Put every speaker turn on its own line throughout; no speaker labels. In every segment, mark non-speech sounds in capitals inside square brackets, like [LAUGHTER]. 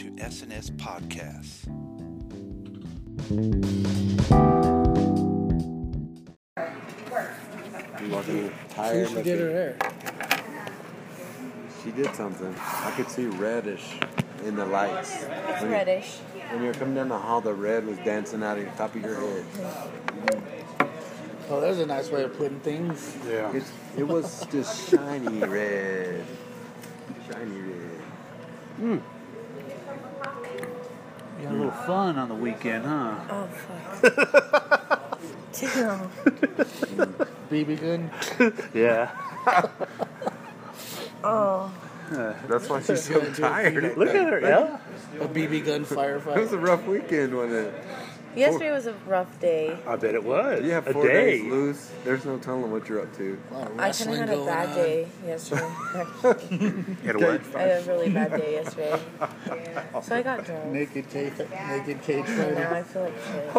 Jazz Podcasts.
Fucking
See,
tired.
she did her
looking.
hair.
She did something. I could see reddish in the lights. When you-
reddish.
When you were coming down the hall, the red was dancing out of the top of your head.
Well, there's Oh, a nice way of putting things.
It, it was just shiny red. Shiny red.
You had a little fun on the weekend, huh?
[LAUGHS]
Oh fuck. Damn.
BB gun.
Yeah.
Oh.
That's why she's so
Gonna do a
tired.
Look at her, yeah.
A BB gun
It was
firefight.
a rough weekend, wasn't it?
Yesterday was a rough day.
I bet it was.
You have
a
four
day.
days loose. There's no telling what you're up to.
A lot of
I kind
wrestling
of had a
going
bad
on.
day
[LAUGHS]
yesterday. I had a really bad day yesterday. So I got drunk.
Naked cage, naked cage
And
fighting.
now I feel like shit.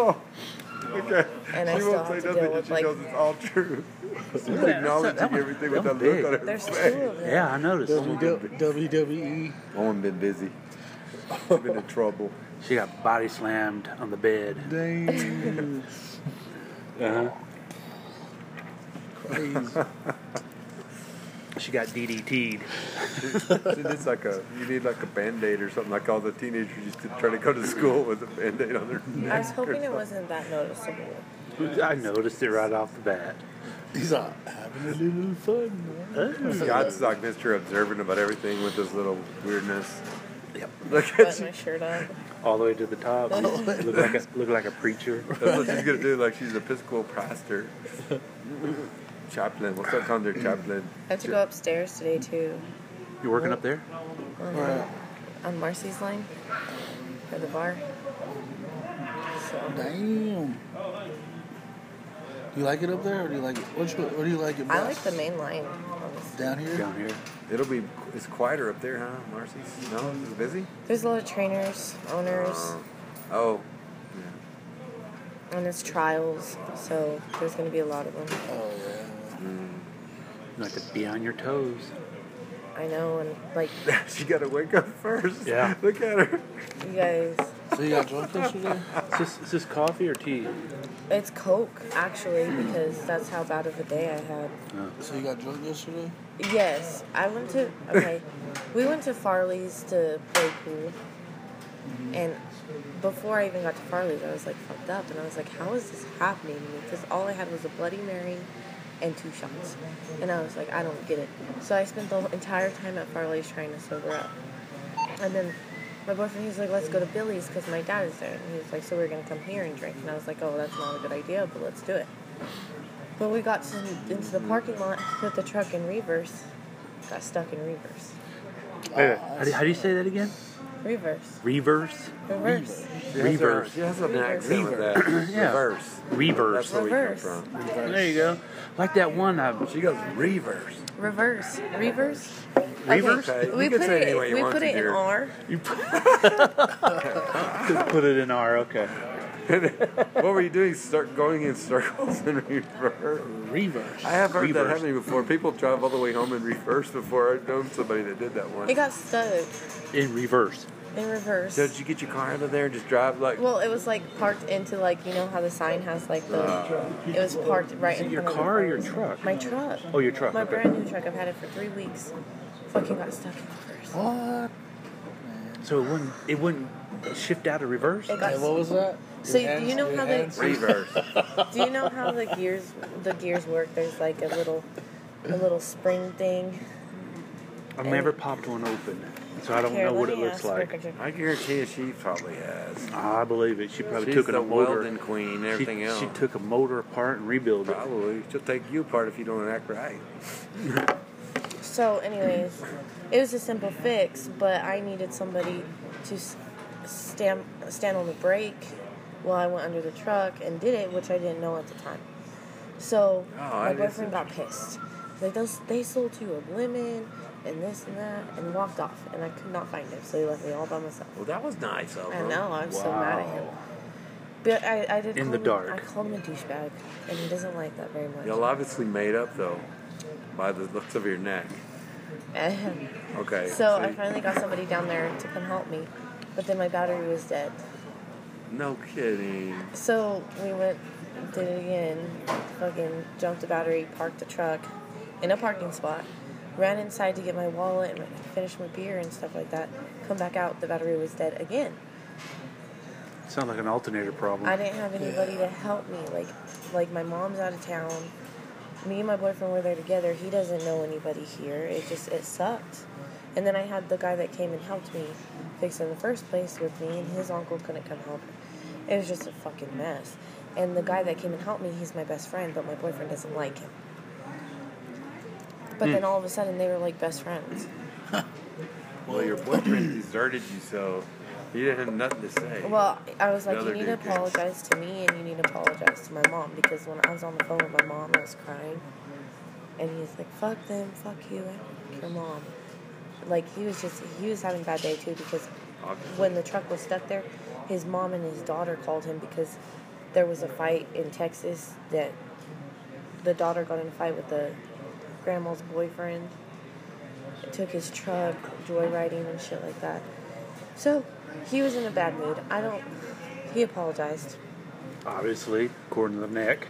Okay.
And I
Oh, she
still
won't
have
say
to
nothing
deal
if
with
she
like
knows it's all true. She's acknowledging everything with
that
that
one
look on her
there's two
face.
of them.
Yeah, I noticed.
WWE.
Owen been busy. She's been in trouble.
She got body slammed on the bed.
Dang.
Uh-huh.
Crazy.
She got DDT'd.
she needs like a you need like a band aid or something like all the teenagers used to try to go to school with a band aid on their neck.
I was hoping it wasn't that noticeable.
I noticed it right off the bat.
He's all having a little fun. man."
God's like Mr. Observant about everything with his little weirdness.
Yep.
Look at
Put
you.
my shirt on.
All the way to the top. look like a look like a preacher.
That's what she's gonna do, like she's Episcopal pastor. Chaplain. What's that called their chaplain?
I have to go upstairs today too.
You working up there?
Alright,
On Marcy's line. At the bar. So.
Damn. You like it up there, or do you like it? Which one? Or do you like it
I
best?
like the main line. honestly.
down here.
Down here.
It'll be it's quieter up there, huh? Marcy's no, it's busy?
There's a lot of trainers, owners.
Oh. [LAUGHS]
and it's trials, so there's gonna be a lot of them.
Oh yeah.
You like to be on your toes.
I know, and like
she gotta wake up first.
Yeah.
Look at her.
you guys,
So you got drunk yesterday?
Is this, is this coffee or tea?
it's Coke actually because that's how bad of a day I had.
So you got drunk yesterday?
Yes, I went to okay, we went to Farley's to play pool, and before I even got to Farley's, I was like fucked up, and I was like, how is this happening to me? Because all I had was a Bloody Mary. And two shots. And I was like, I don't get it. So I spent the entire time at Farley's trying to sober up. And then my boyfriend, he's like, let's go to Billy's because my dad is there. And he was like, so we're going to come here and drink. And I was like, oh, that's not a good idea, but let's do it. But we got to, into the parking lot, put the truck in reverse, got stuck in reverse.
How do, how do you say that again?
Reverse.
Reverse.
Reverse.
She has her-
Reverse.
She has an
Reverse.
accent with that.
Yeah.
Reverse. That's
Reverse.
where we come
Reverse.
from.
There you go. Like that one. I,
She goes reverse.
Reverse. Reverse.
Reverse?
Okay, you
We
can
put
say it
it,
any way you
we
want
put
to,
it in
dear.
R.
put it in R. Okay.
what were you doing? Start going in circles in reverse.
Reverse.
I have heard that
Reverse.
happening before. People drive all the way home in reverse before. I've known somebody that did that
It
once.
got stuck
In reverse.
in reverse.
So did you get your car out of there and just drive like?
Well, it was like parked into like you know how the sign has like the. it was parked right in
Your
front of
car or
the
your
fence.
truck?
My truck.
Oh, your truck.
My
okay.
brand new truck. I've had it for three weeks. Fucking got stuck in reverse.
What?
So it wouldn't it wouldn't shift out of reverse.
It got.
Hey, what was that?
So
Your
you- do you
hands-
know
your
how they-
hands-
reverse.
do you know how the gears the gears work? There's like a little a little spring thing.
I've never popped one open, so I don't
Here,
know
let
what it
me
looks
ask Rick
like.
if-
I guarantee you she probably has.
I believe it. She probably
She's
took an
the
motor.
welding queen. and
she-
Everything
she,
else.
took a motor apart and rebuilt it.
probably. She'll take you apart if you don't act right.
So, anyways, it was a simple fix, but I needed somebody to s- stand stand on the brake while I went under the truck and did it, which I didn't know at the time. So
Oh, I
my
didn't
boyfriend got pissed. Like those, they sold you a lemon and this and that, and walked off, and I could not find him, so he left me all by myself.
Well, that was nice of
I
her.
know I was so mad at him, but I, I did
In
call
the
him-
dark.
I called him a douchebag, and he doesn't like that very much.
Y'all obviously made up though, by the looks of
[LAUGHS]
your neck. Okay.
So I
see?
finally got somebody down there to come help me. but then my battery was dead.
No kidding.
So we went, did it again, fucking jumped the battery, parked the truck in a parking spot, ran inside to get my wallet and finish my beer and stuff like that. Come back out, the battery was dead again.
Sounds like an alternator problem.
I didn't have anybody to help me. Like, like my mom's out of town. Me and my boyfriend were there together. He doesn't know anybody here. It just it sucked. And then I had the guy that came and helped me fix it in the first place with me, and his uncle couldn't come help. It was just a fucking mess. And the guy that came and helped me, he's my best friend, but my boyfriend doesn't like him. But then all of a sudden, they were like best friends.
Well, your boyfriend deserted you, so he didn't have nothing to say.
Well, I was like,
other
you need to
dude came.
apologize to me and you need to apologize to my mom because when I was on the phone with my mom, I was crying. And he was like, fuck them, fuck you, and fuck your mom. Like, he was just, he was having a bad day too because
Obviously.
when the truck was stuck there, his mom and his daughter called him because there was a fight in Texas that the daughter got in a fight with the grandma's boyfriend, took his truck, joyriding and shit like that. So he was in a bad mood. I don't. He apologized.
Obviously, according to the neck.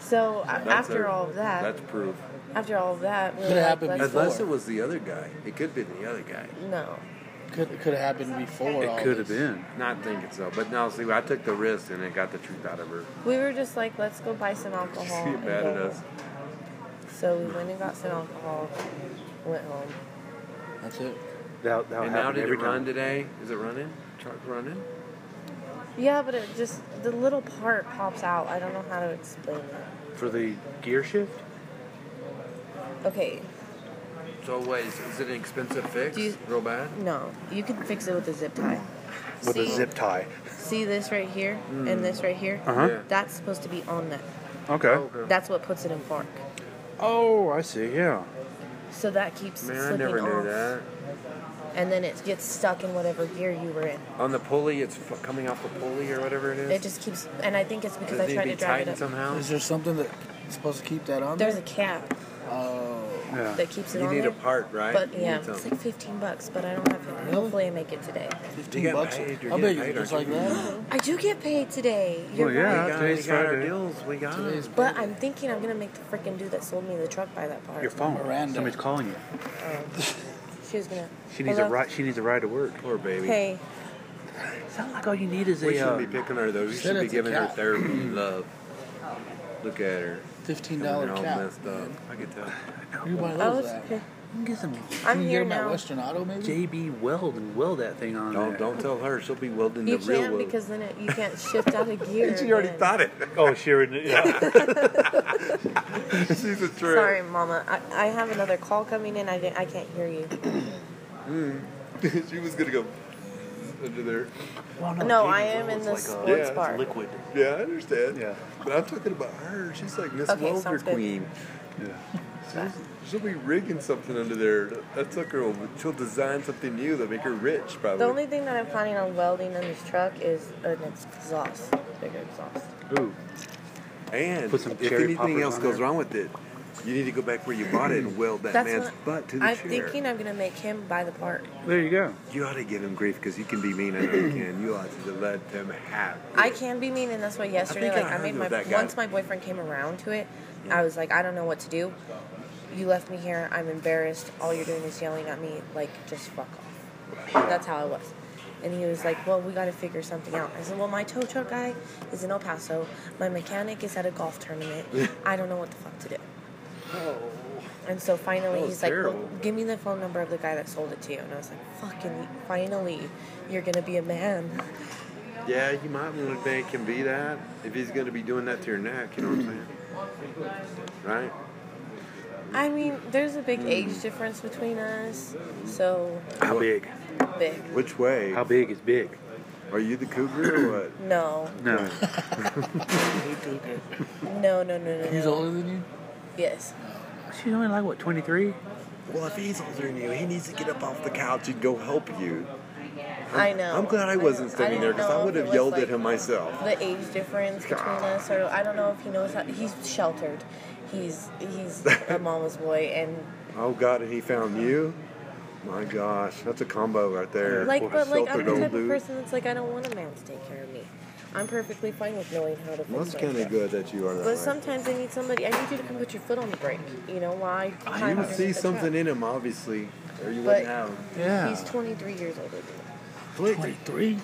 So a-
That's
after
a-
all of that,
that's proof.
after all of that, we were
Could
like,
it happen
let's-
before?
Unless it was the other guy, it could be the other guy.
No,
Could it could have happened before. all
It could have
this.
been.
Not thinking so, but no. See, I took the risk and it got the truth out of her. [LAUGHS]
we were just like, let's go buy some alcohol.
She
and
mad
go
at us.
home. So we went and got some alcohol, went home.
That's it.
That, that'll
And now
happen
did it
every
run
time.
today? Is it running? Truck running?
Yeah, but it just the little part pops out. I don't know how to explain it.
For the gear shift?
Okay,
So wait, is, is it an expensive fix?
Do you-
Real bad?
no, you can fix it with a zip tie.
With a
See-
zip tie.
See this right here
Mm.
and this right here.
Uh-huh.
Yeah.
That's supposed to be on that.
Okay.
Okay.
That's what puts it in park.
Oh, I see, yeah.
So that keeps it
Man, I
slipping
never knew
off.
that.
And then it gets stuck in whatever gear you were in.
On the pulley, it's f- coming off the pulley or whatever it is.
It just keeps, and I think it's because
Does it need
I tried
be
to drive it
tightened
up.
somehow?
Is there something that's supposed to keep that on?
There's a
there?
cap
Oh,
Yeah.
that keeps it
You
on
need
there.
a part, right?
But
You
yeah,
need
it's
something.
like 15 bucks, but I don't have it.
Really?
Hopefully I make it today.
You
fifteen
get
bucks.
paid, you're
How
getting
big? is
paid,
it? Just
aren't
like
you?
that.
I do get paid today. You're
Well, yeah.
right.
we got,
Today's
we got our
Friday.
deals. We got. 'em.
Today's
But I'm thinking I'm going to make the freaking dude that sold me the truck buy that part.
Your phone.
Miranda.
Somebody's calling you.
She was going to.
She needs a ride. She needs a ride to work.
Poor baby.
Hey,
Sounds like all you need is
We
a.
shouldn't be
Uh,
picking her though. We
Said
should be
it's a
giving her
cat.
therapy and love. Look at her.
fifteen
Coming
dollar
all
cap.
messed up. I could tell.
Everybody
I
loves
was,
that.
get some
you
I'm
can
Oh, here
get them at
now.
Western Auto, maybe.
JB Weld and weld that thing on.
Don't
there.
don't tell her. She'll be welding
You
the real
can't
weld.
because then it, you can't shift
[LAUGHS]
out of gear.
she already
again.
thought it. [LAUGHS]
Oh, sure. Yeah.
She's a trip.
Sorry, Mama. I, I have another call coming in. I, didn't- I can't hear you.
[LAUGHS] she was gonna go under there.
well,
Oh,
No,
JB
I am
Weld's
in the
like
sports
a,
bar.
Liquid.
Yeah, I understand.
Yeah.
But I'm talking about her. She's like Miss
Okay,
Welder
sounds good.
Queen.
Yeah.
Bye.
She'll be rigging something under there. That sucker will. She'll design something new that make her rich. Probably.
The only thing that I'm planning on welding in this truck is an exhaust, bigger exhaust.
Ooh.
And
Put some
if
cherry
anything
poppers
else
on
goes
there.
wrong with it, you need to go back where you bought it and weld that man's
what-
butt to the
I'm
chair.
thinking I'm gonna make him buy the part.
There you go.
You ought to give him grief because you can be mean. I know [CLEARS THROAT] you can. You ought to let him have. it.
I can be mean, and that's why yesterday,
I
like I
heard
made
of
my
that guy.
once my boyfriend came around to it, I was like, I don't know what to do. You left me here. I'm embarrassed. All you're doing is yelling at me. Like just fuck off. That's how I was. And he was like, "Well, we got to figure something out." I said, "Well, my tow truck guy is in El Paso. My mechanic is at a golf tournament. I don't know what the fuck to do." And so finally,
Oh. That was
he's like, well,
terrible.
"Give me the phone number of the guy that sold it to you." And I was like, "Fucking finally, you're gonna be a man."
Yeah, you might want to make him be that if he's going to be doing that to your neck. You know what I'm saying? Right?
I mean, there's a big age difference between us, so
How big?
big.
Which way?
How big is big?
Are you the cougar or what?
No,
No.
[LAUGHS] no, no, no, no.
He's
no.
older than you.
Yes.
She's only like what 23.
Well, if he's older than you, he needs to get up off the couch and go help you.
I know.
I'm glad I wasn't standing there
didn't
because I
know
would
if it
have
was,
yelled
like,
at him myself.
The age difference between us, or I don't know if he knows how. He's sheltered.
[LAUGHS]
He's he's a mama's boy, and
Oh God! And he found you. My gosh, that's a combo right there.
Like, but like,
Seltzer
I'm the
don't
type of
do-
person that's like, I don't want a man to take care of me. I'm perfectly fine with knowing how to. fix
Well, that's kind of
myself.
good that you are that
But
way.
sometimes I need somebody. I need you to come put your foot on the brake. You know why?
You would see something in him, obviously, or you
But-
wouldn't have him.
Yeah.
He's 23 years older than
Blake,
23?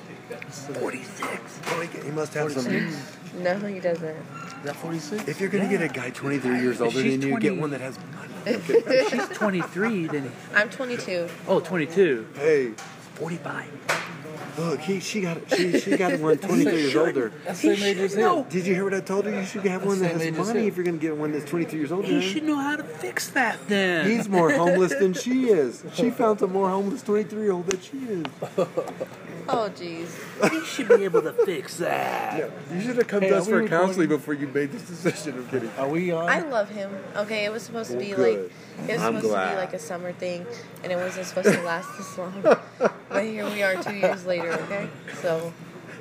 Blake, he must have some.
me. No, he doesn't.
Is that 46?
If you're gonna get a guy 23 years older
She's
than you, get
20.
one that has money.
If she's 23, then.
I'm 22.
Oh, 22.
Hey,
45.
look, he she got she she got
[LAUGHS]
one 23 years older.
That's the same
He
age as
should
him.
know.
Did you hear what I told her? You should have one that
Same age
has
as
money
him.
if you're gonna get one that's 23 years older.
He should know how to fix that
[LAUGHS]
then.
He's more homeless than she is.
[LAUGHS]
She found a more homeless 23 year old than she is.
Oh, jeez.
he should be able to fix that.
Yeah, you should have come
Hey,
to
are
us
we
for
recording? Uh,
counseling before you made this [LAUGHS] decision. I'm kidding.
Are we on?
I love him. Okay, it was supposed to
Well,
be
good.
like it was
I'm
supposed to
glad.
be like a summer thing, and it wasn't supposed to last
[LAUGHS]
this long. but here we are, two years later. Okay, so.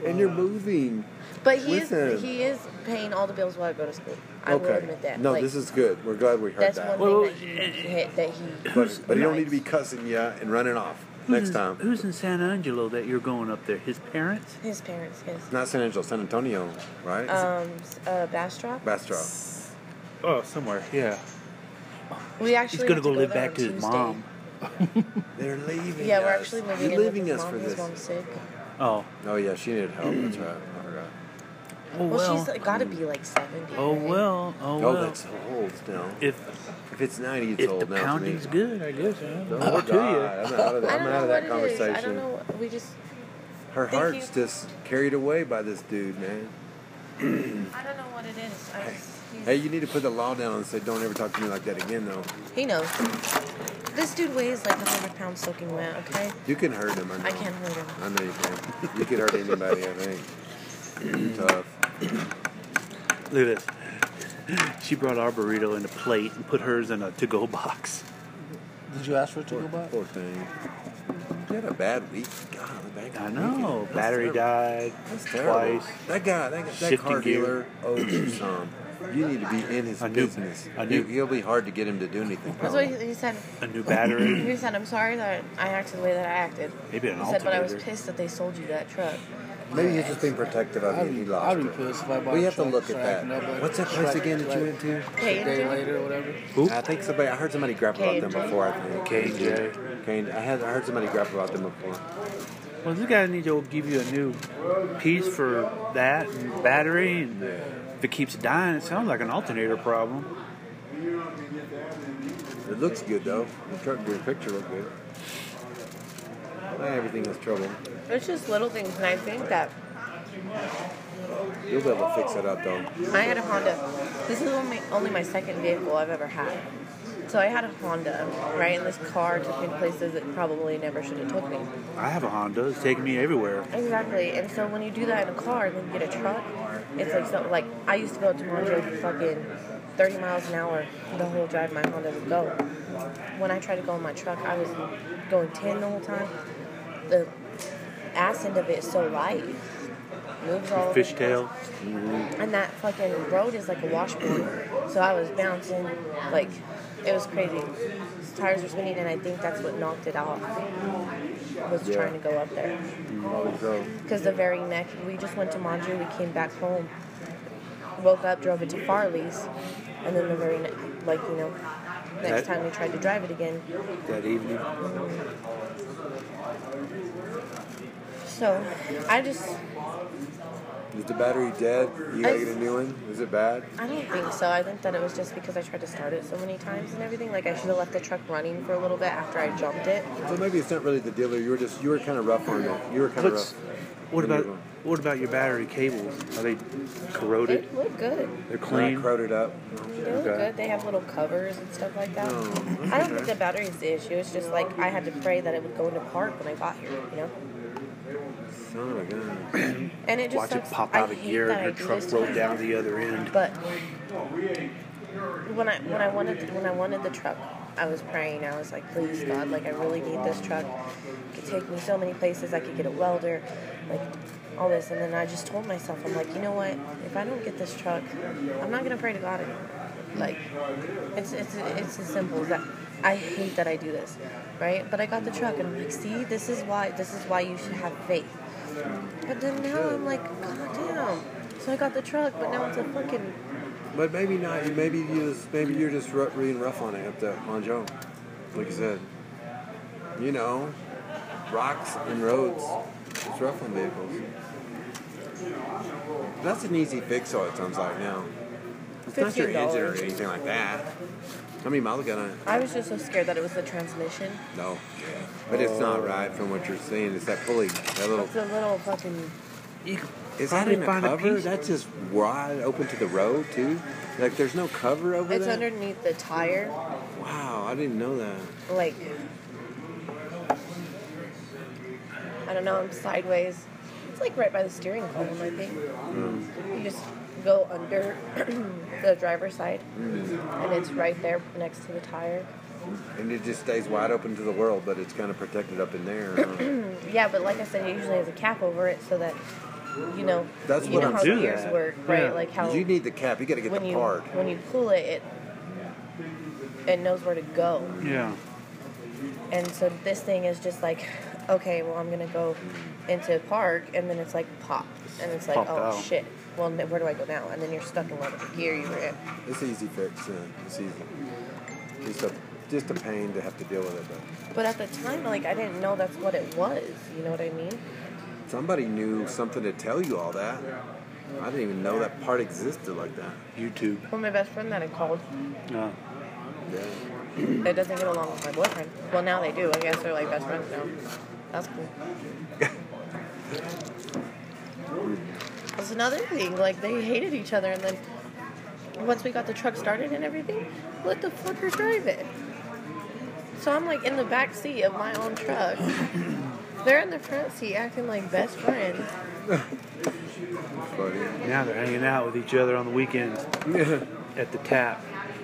And you're moving.
But he
With
is
him.
he is paying all the bills while I go to school. I will admit that.
No,
Like,
this is good. We're glad we heard
that's
that.
one
Well,
thing that he hit that he.
but, but you don't need to be
likes.
cussing ya and running off [LAUGHS]
Who's
next
in-
Hmm.
time.
Who's in San Angelo that you're going up there? His parents?
His parents, yes.
Not San Angelo, San Antonio, right?
Um, s- uh, Bastrop.
Bastrop.
Oh, somewhere. Yeah.
We
He's
actually
gonna
have
go live
there
back
on
to his
Tuesday.
mom.
They're leaving.
Yeah, we're
us.
actually moving
You're
in
leaving
with his
us
mom.
for
his
this.
mom's sick.
Oh.
Oh yeah, she needed help. That's right. I forgot.
Oh well.
Well, she's like, got to be like seventy.
oh
right?
well. Oh
Oh,
well.
that's old now.
if
If it's 90, it's
if
old
the
now. to me.
pounding's good, I guess. Yeah.
Oh,
More
God, I'm out of that,
I
I'm
don't
out
know
of
what
that
it is.
conversation.
I don't know. what- We just.
Her
Thank
heart's
you.
just carried away by this dude, man.
I don't know what it is. I just, he's-
Hey, you need to put the law down and say, don't ever talk to me like that again, though.
He knows. This dude weighs like hundred pounds soaking wet. Okay.
You can hurt him. I, know.
I can't hurt him.
I know you can. You can hurt anybody. I think. [CLEARS THROAT] You're tough.
Look at this. She brought our burrito in a plate and put hers in a to-go box.
Did you ask for it to go by?
Poor thing. You had a bad week. God, the bank.
I know.
That's
Battery
terrible.
died
That's terrible.
twice.
That guy, that, guy- that
Shifting
car
gear.
dealer owes you some. You need to be in his
I knew-
business.
I knew-
He- He'll be hard to get him to do anything.
That's
Probably.
what he, he said.
A new [CLEARS THROAT] battery.
[CLEARS THROAT] He said, "I'm sorry that I acted the way that I acted."
Maybe an
He said, "But I was
alternator.
pissed that they sold you that truck."
Maybe he's just being protective of
I'd
you. He
be,
lost
I'd be
it.
pissed if I bought
We
a
have to
truck,
look at
started acting up
that.
like-
What's that place
like-
again that you
like
went to?
K
A
and
day
J.
later or whatever.
I think somebody. I heard somebody grab about them
K&J.
before. I think
K&J.
K&J. I had. I heard somebody grab about them before.
Well, this guy needs to give you a new piece for that and battery, and if it keeps dying, it sounds like an alternator problem.
It looks good though. The truck, the picture looked good. Not everything is trouble.
It's just little things, and I think that
You'll be able to fix it up though.
I had a Honda. This is only, only my second vehicle I've ever had. So I had a Honda, right? And this car took me to places it probably never should have took me.
I have a Honda. It's taking me everywhere.
Exactly. And so when you do that in a car and then you get a truck, it's like something like I used to go to Monterey fucking 30 miles an hour the whole drive my Honda would go. When I tried to go in my truck, I was going 10 the whole time. The ass end of it is so light. Moves all over the place.
Fishtail.
And that fucking road is like a washboard. So I was bouncing. Like, it was crazy. Tires were spinning, and I think that's what knocked it off. Was
Yeah.
trying to go up there.
Probably so.
Because the very next, we just went to Mondrew, we came back home. Woke up, drove it to Farley's. And then the very next, like, you know, next
That-
time we tried to drive it again.
That evening.
So I just,
Is the battery dead? You gotta get a new one. Is it bad?
I don't think so. I think that it was just because I tried to start it so many times and everything. Like, I should have left the truck running for a little bit after I jumped it.
So maybe it's not really the dealer. You were just. You were kind of rough on it. You were kind of
What's,
rough.
what about what about your battery cables? Are they corroded?
They look good.
They're
Clean.
clean.
Crowded up.
They look
Okay.
good. They have little covers and stuff like that.
Oh,
I don't
okay.
think the battery is the issue. It's just like I had to pray that it would go into park when I got here, you know.
Oh my god.
And it just
Watch it
sucks.
pop
I
out a
hate
gear
that
and
I
her
do
truck
this to
rolled
myself.
down the other end.
But when I when I wanted when I wanted the truck, I was praying. I was like, please God, like I really need this truck. It could take me so many places. I could get a welder, like all this. And then I just told myself, I'm like, you know what? If I don't get this truck, I'm not gonna pray to God anymore. Like it's it's it's as simple as that. I hate that I do this, right? But I got the truck, and I'm like, see, this is why this is why you should have faith. But then now I'm like, god damn. So I got the truck, but now it's a fucking.
But maybe not. Maybe you just maybe you're just ru- being rough on it up there on Joe, like you said. You know, rocks and roads. It's rough on vehicles. That's an easy fix. All it sounds like now. It's not your engine or
$15.
anything like that. How many miles got on it?
I was just so scared that it was the transmission.
No. But it's not right from what you're seeing. It's that pulley, that little.
It's a little fucking.
You could
Is that
probably
in a
find
cover?
piece-
That's just wide open to the road too. Like there's no cover over
It's
that.
underneath the tire,
Wow, I didn't know that.
like. I don't know. I'm sideways. It's like right by the steering column, I think.
Mm.
You just go under [CLEARS THROAT] the driver's side, and it's right there next to the tire.
And it just stays wide open to the world, but it's kind of protected up in there.
[CLEARS THROAT]
huh?
Yeah, but like I said, it usually has a cap over it so that, you know,
That's
you
what
know
I'm
how
doing.
gears
Yeah.
work, right?
Yeah.
Like how
you need the cap. You got to get
when
the
you
part.
when you pull it, it it knows where to go.
Yeah.
And so this thing is just like, okay, well I'm gonna go into a park, and then it's like pop, and it's like,
Popped
oh
out.
shit. Well, n- where do I go now? And then you're stuck in whatever gear you were in.
It's easy fix. Yeah. It's easy. Just a just a pain to have to deal with it, but
But at the time, like I didn't know that's what it was. You know what I mean?
somebody knew something to tell you all that. I didn't even know that part existed like that.
YouTube.
Well, my best friend that I called,
Yeah.
Yeah.
that doesn't get along with my boyfriend. Well, now they do. I guess they're like best friends now. That's cool. That's another thing. Like they hated each other, and then once we got the truck started and everything, let the fucker drive it. So I'm like in the back seat of my own truck. They're in the front seat acting like best friends.
But
Now they're hanging out with each other on the [LAUGHS] weekends at the tap. [LAUGHS]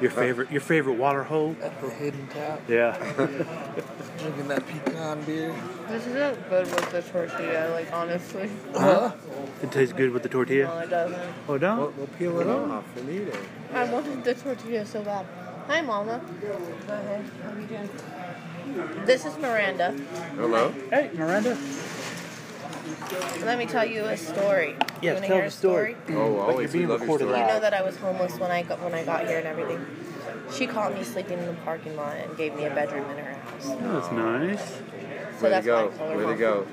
your favorite your favorite water hole?
At the hidden tap,
Yeah.
drinking that pecan beer.
This is not good with the tortilla, like honestly.
Huh?
It tastes good with the
No,
tortilla.
it doesn't.
Oh
we'll,
no?
we'll peel it off and eat it.
I wanted the tortilla so bad. Hi, Mama. Go ahead. How you doing? This is Miranda.
Hello?
Hey, Miranda.
Let me tell you a story.
Yeah,
you wanna
tell
hear
the
a story?
story.
Oh,
Like
always.
Mm. you're being
we love your
recorded
story.
You know that I was homeless when I got when I got here and everything. She caught me sleeping in the parking lot and gave me a bedroom in her house. So
Oh, that's nice.
Way to
that's
go.
why I call her
Way
Mama.
to go.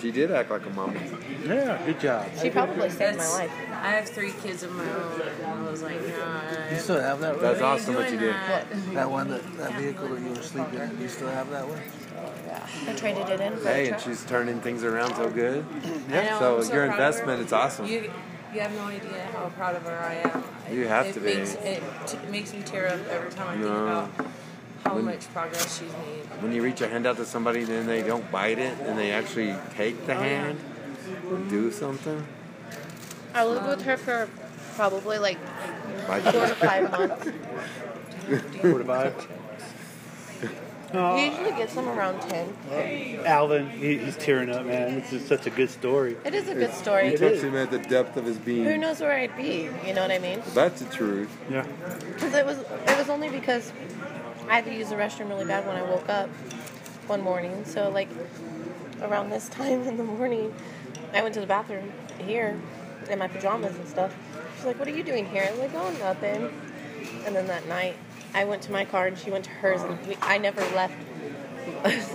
She did act like a mama.
Yeah, good [LAUGHS] job.
She probably saved my
That's-
life.
I have three kids of my own, and I was like,
You
nah.
still have that?
That's
one?
why are
awesome what you
doing
did.
that?
That one, that, that vehicle that you were sleeping in. Do you still have that one?
I traded it in for
Hey,
a
and
truck.
she's turning things around so
[CLEARS THROAT]
good.
I know,
So
I'm
your
proud of her.
investment, it's awesome.
You, you have no idea how proud of her I am.
You
It-
have
it
to be.
Makes, it t- makes me tear up every time I
No.
think about how much progress she's made.
When you reach a hand out to somebody, then they don't bite it, and they actually take the
Oh, yeah.
hand and do something.
I lived with her for probably like
Bite
four to
[LAUGHS]
you.
five months.
Oh,
You usually get some around ten.
Alvin, he, he's tearing up, man. This is such a good story.
It is a good story.
You touch him at the depth of his
Who
being.
knows where I'd be? You know what I mean?
That's the truth.
Yeah.
Because it was it was only because I had to use the restroom really bad when I woke up one morning. So like around this [LAUGHS] time in the morning, I went to the bathroom here in my pajamas and stuff. She's like, "What are you doing here?" I was like, "Oh, nothing." And then that night, I went to my car and she went to hers, and we, I never left.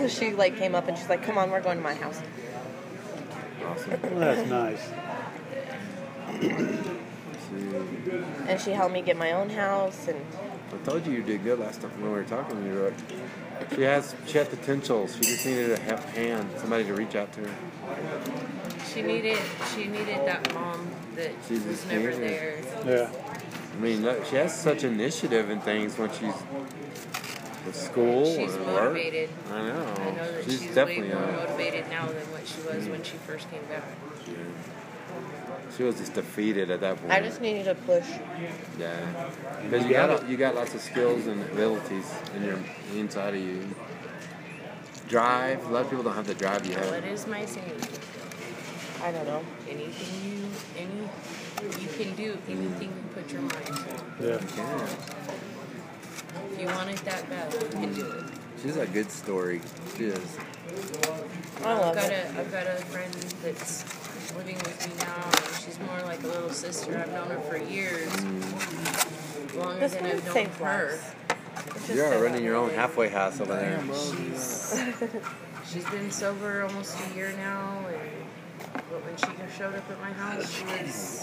[LAUGHS] so she like came up and she's like, "Come on, we're going to my house."
Well, Oh, that's nice.
See,
And she helped me get my own house and.
I told you you did good last time when we were talking. You were like, she has she has potential. She just needed a he- hand, somebody to reach out to. her.
She needed, she needed that mom that
She's
was
just
never
needed.
there.
Yeah.
I mean, look, she has such initiative in things when she's with school
She's
and
motivated.
work. I know.
I know that
she's,
she's,
definitely uh,
way more
a-
motivated now than what she was when she first came back.
She was just defeated at that point.
I just needed a push.
yeah. Because you got you got lots of skills and abilities in your inside of you. Drive. A lot of people don't have the drive you
What
have.
is my saying?
I don't know.
Anything you, any, you can do anything you put your mind to.
Yeah.
Yeah.
you want it that bad, you can do it.
She's a good story. She is.
I
I've
love
got
it.
a I've got a friend that's living with me now, and she's more like a little sister. I've known her for years, longer
This
than
one
I've known
saves
her.
lives. It's just
You are
so
running your own
lovely.
halfway house over there.
She's she's been sober almost a year now, and but when she showed up at my house, she was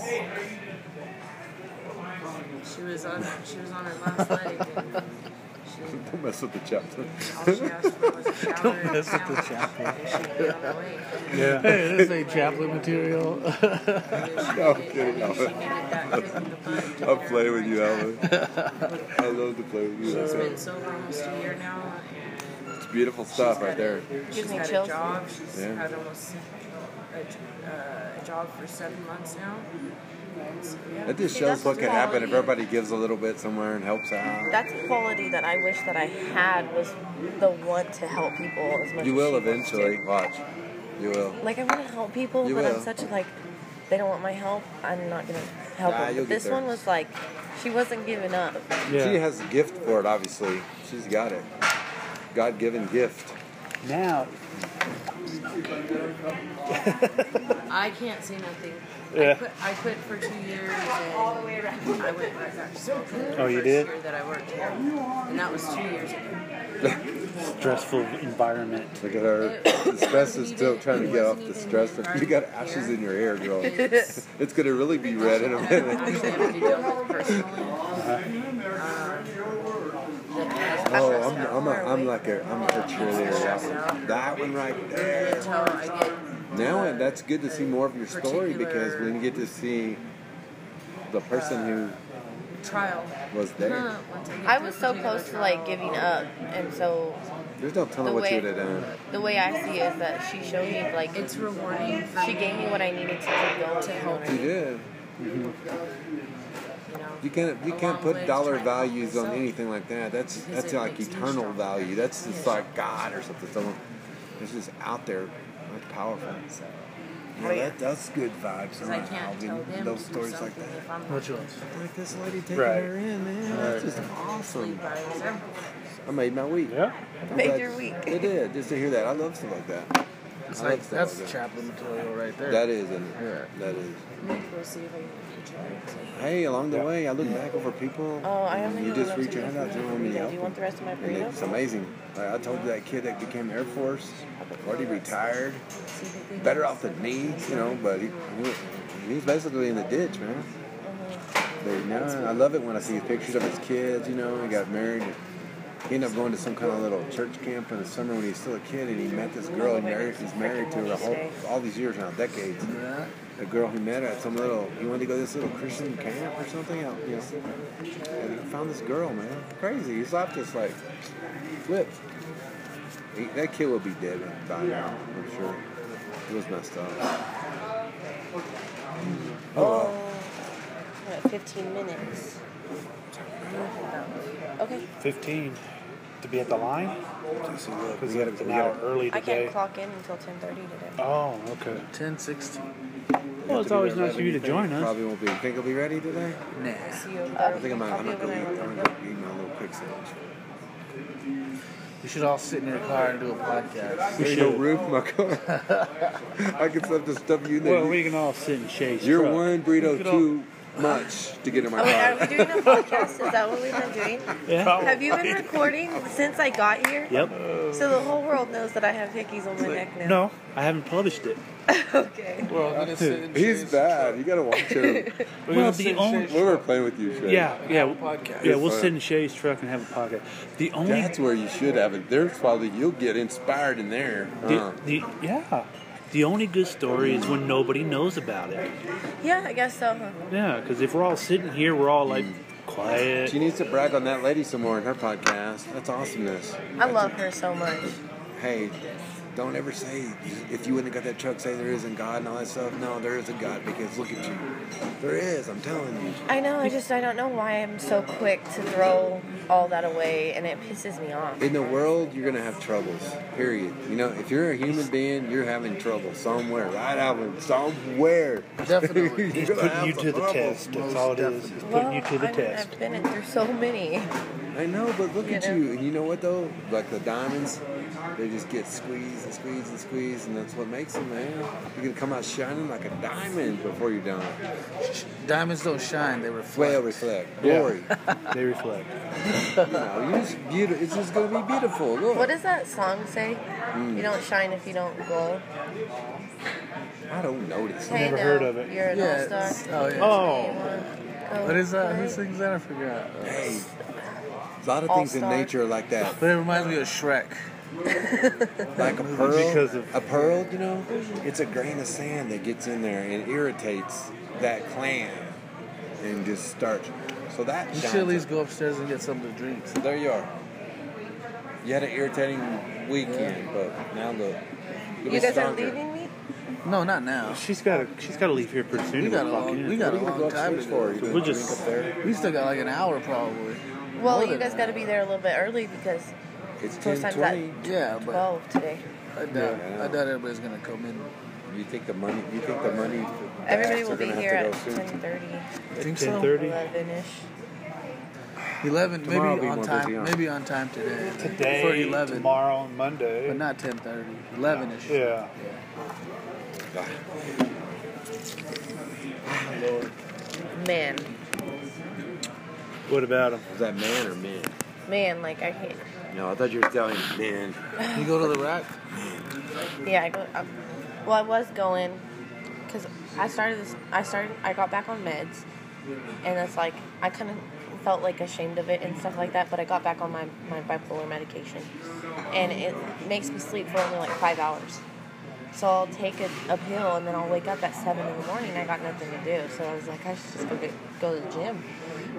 she was on she was on her last leg. And she,
Don't mess with the chaplain.
all she asked for was a
[LAUGHS]
shower
Don't
and a
mess with the
towel,
chaplain.
and she'd be on her way.
Hey, [LAUGHS] this ain't Chaplin material. [LAUGHS]
No, [LAUGHS] I'm kidding,
She
Alan.
needed that kick in the butt.
I'll play with you,
[LAUGHS]
Alan. I love to play with you.
She's
That's
been
it.
sober almost a year now.
It's beautiful stuff right there.
She's
me
got
chills.
a job. She's
Yeah.
had almost a, j- uh, a job for seven months now. It's- yeah.
That just
See,
shows
that's
what could
why-
happen if everybody gives a little bit somewhere and helps out.
That's a quality that I wish that I had was the want to help people as much
You
as
will
she wants to.
eventually. Watch. You will.
Like I want to help people,
You
but
will.
I'm such a like they don't want my help. I'm not gonna help
Nah,
them.
you'll
But
get
this
there. Oh,
one was like she wasn't giving up.
She
Yeah.
has a gift for it, obviously. She's got it. God given gift.
Now,
I can't see nothing.
Yeah.
I, quit, I quit for two years and I went right back to smoking. the
Oh, you
first
did?
year that I worked here. And that was two
[LAUGHS]
years ago.
stressful environment.
Look at her. The stress is still trying to get off the stress. Of, you got ashes in your hair, girl.
[LAUGHS]
It's going to really be red in a minute.
I'm never to deal with personally.
Uh-huh.
Um, that has
Oh, I'm, I'm, a, I'm like a, I'm a cheerleader. That one, that one right there.
until I get
Now and that's good to see more of your story because when you get to see the person who
trial.
was there,
Huh, once get
I
to a
was so
particular
close to like
trial.
giving up, and so
there's no telling
the
what you
way
would have done.
the way I see it is that she showed me like
It's rewarding. For
she gave me what I needed to keep going to help.
You did.
You, know,
You can't you
a
can't
long
put
way to
dollar
try to help
values on
yourself.
anything like that. That's
Because
that's
it
like
makes me
eternal
stronger.
value. That's just
Yeah.
like God or something. Someone it's just out there. That's powerful. Yeah, that, that's good vibes.
oh, Because
somehow,
I can't
when
tell them
those
to do
stories like
something
that.
if I'm not
Which ones?
Like this lady taking
Right.
her in, man. That's just awesome.
asleep by example.
I made my week.
Yeah.
I'm
Made
glad-
your week.
It did. Just to hear that, I love stuff like that.
It's
I
like,
love stuff
that's
like that.
Chaplin material right there.
That is, isn't it?
Yeah.
That is.
I'm gonna go see if I can get each other.
Hey, along the way, I look back over people.
Oh, I
and
only
You
have
just
enough
reach
to
your hand
make
out to
food.
them and you
Yeah,
help
do you
them.
want the rest of my
And
burrito?
it's amazing. Like I told that kid that became Air Force, already retired, better off than me, you know, but he, he was- he's basically in the ditch, man. But no, I love it when I see pictures of his kids, you know, he got married. and He ended up going to some kind of little church camp in the summer when he was still a kid, and he met this girl. He married, he's married to her whole, all these years now, decades. The girl he met at some little, he wanted to go to this little Christian camp or something. Out, you know, and he found this girl, man. Crazy. His life just like flipped. He, that kid would be dead by now, I'm sure. It was messed up. Oh,
Oh,
well.
what, 15 minutes. Okay,
15 to be at the line
Just look,
because
we gotta,
it's
we
an hour
gotta,
early
I
today.
can't clock in until 10:30 today.
Oh, okay.
10, 16.
Well, it's always nice of you to join us.
Probably won't be. Think I'll be ready today?
Nah.
See you.
I think I'm, I'm not gonna eat. I'm gonna go eat my little quick sandwich.
We should all sit in your car and do a podcast.
We
Ain't no
should.
roof in my car.
[LAUGHS]
I can stuff the stuff you
Well,
need.
we can all sit and chase.
You're
truck.
one burrito too much to get in my
Oh, wait, are
car.
we doing a podcast? Is that what we've been doing?
Yeah.
Have you been recording since I got here?
Yep.
So the whole world knows that I have hickeys on my neck now.
No, I haven't published it.
[LAUGHS] okay.
We're all gonna sit in
He's bad. You gotta watch
[LAUGHS]
him.
We're
Well,
gonna the
sit and
only
chase.
we were playing with you, Shay.
yeah yeah
Have a podcast.
yeah we'll
It's
sit
fun.
in Shay's truck and have a podcast. The only
That's where you should have it. There's probably you'll get inspired in there. Uh-huh. huh?
the, the yeah the only good story is when nobody knows about it.
Yeah, I guess so. Huh?
Yeah, because if we're all sitting here, we're all like quiet.
She needs to brag on that lady some more in her podcast. That's awesomeness.
I love her so much.
Hey, don't ever say if you wouldn't have got that truck, say there isn't God and all that stuff. No, there is a God because look at you. There is. I'm telling you.
I know. I just I don't know why I'm so quick to throw all that away, and it pisses me off.
In the world, you're gonna have troubles. Period. You know, if you're a human being, you're having trouble somewhere. Right, Alvin? Somewhere. [LAUGHS]
Definitely.
You're
He's
gonna
putting
have
you
some
to the
troubles.
test. That's
most
all it is. He's
well,
putting you to the
I mean,
test.
I've been in- through so many.
I know, but look
You
at
know?
you. And you know what though? Like the diamonds, they just get squeezed and squeezed and squeezed, and that's what makes them, man. You're gonna come out shining like a diamond before you're done.
Diamonds don't shine; they reflect.
Well, reflect,
Yeah.
glory.
They reflect.
you know, you're just beautiful. It's just gonna be beautiful. Look.
What does that song say? You don't shine if you don't glow.
I don't notice.
Hey,
never
now,
heard of it.
You're an
Yeah,
all
it's-
star.
oh, yeah. What is that? Who sings that? I forgot.
Hey, a lot of
All
things in
star.
nature are like that.
But it reminds me of Shrek.
like a pearl
because of-
a pearl you know it's a grain of sand that gets in there and irritates that clam and just starts so that
You
shines
should at least
up.
go upstairs and get something to drink.
there you are you had an irritating weekend but now look You'll be
You guys are
stronger.
leaving me?
No, not now.
She's got to she's got to leave here pretty soon.
We
to
got a
walk in.
long, we got
we
a
can go
long time
upstairs for
to go.
you
We'll
Drink
just-
up there.
We still got like an hour probably.
Well,
More
you
than
guys
an
got to be there a little bit early because
it's
close time's
10:20.
at
Yeah, but
12 today.
I doubt,
Yeah.
I doubt everybody's gonna come in.
you think the money you think the money
Everybody
bags
will
are
be
gonna have
here
to
at
go soon?
10.30,
Think so?
10:30
11-ish.
Eleven, maybe
Tomorrow will be
on
more busy, huh?
time. Maybe on time today.
today,
for eleven,
tomorrow, and Monday.
but not ten thirty. Eleven ish.
yeah.
Man.
What about him?
is that man or men
Man, like, I can't.
no I thought you were telling men
You go to the rack.
Yeah, I go. i well, I was going because I started this. I started. I got back on meds, and it's like I kind of felt like ashamed of it and stuff like that. But I got back on my my bipolar medication, and it makes me sleep for only like five hours. So I'll take a, a pill and then I'll wake up at seven in the morning. I got nothing to do, so I was like, I should just go get, go to the gym.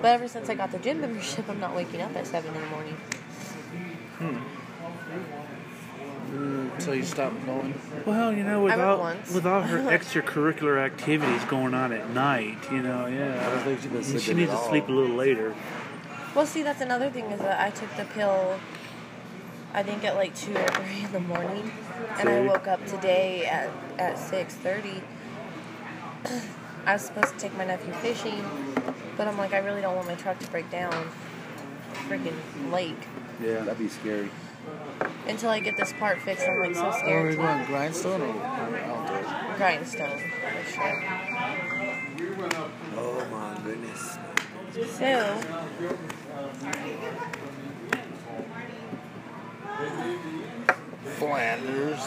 But ever since I got the gym membership, I'm not waking up at seven in the morning.
So you stop going.
Well, you know, with
I went
all
once.
with all her extracurricular activities going on at night, you know, yeah,
I don't think she's been
she
sleeping
needs
at
to
all.
sleep a little later.
Well, see, that's another thing is that I took the pill. I think at like two or three in the morning, and I
See?
woke up today at at six thirty. [CLEARS THROAT] I was supposed to take my nephew fishing, but I'm like, I really don't want my truck to break down. Freaking lake.
that'd be scary
Until I get this part fixed, I'm like so
Are we
scared.
going grindstone or outdoor?
to Grindstone. for sure.
oh my goodness
So,
Flanders.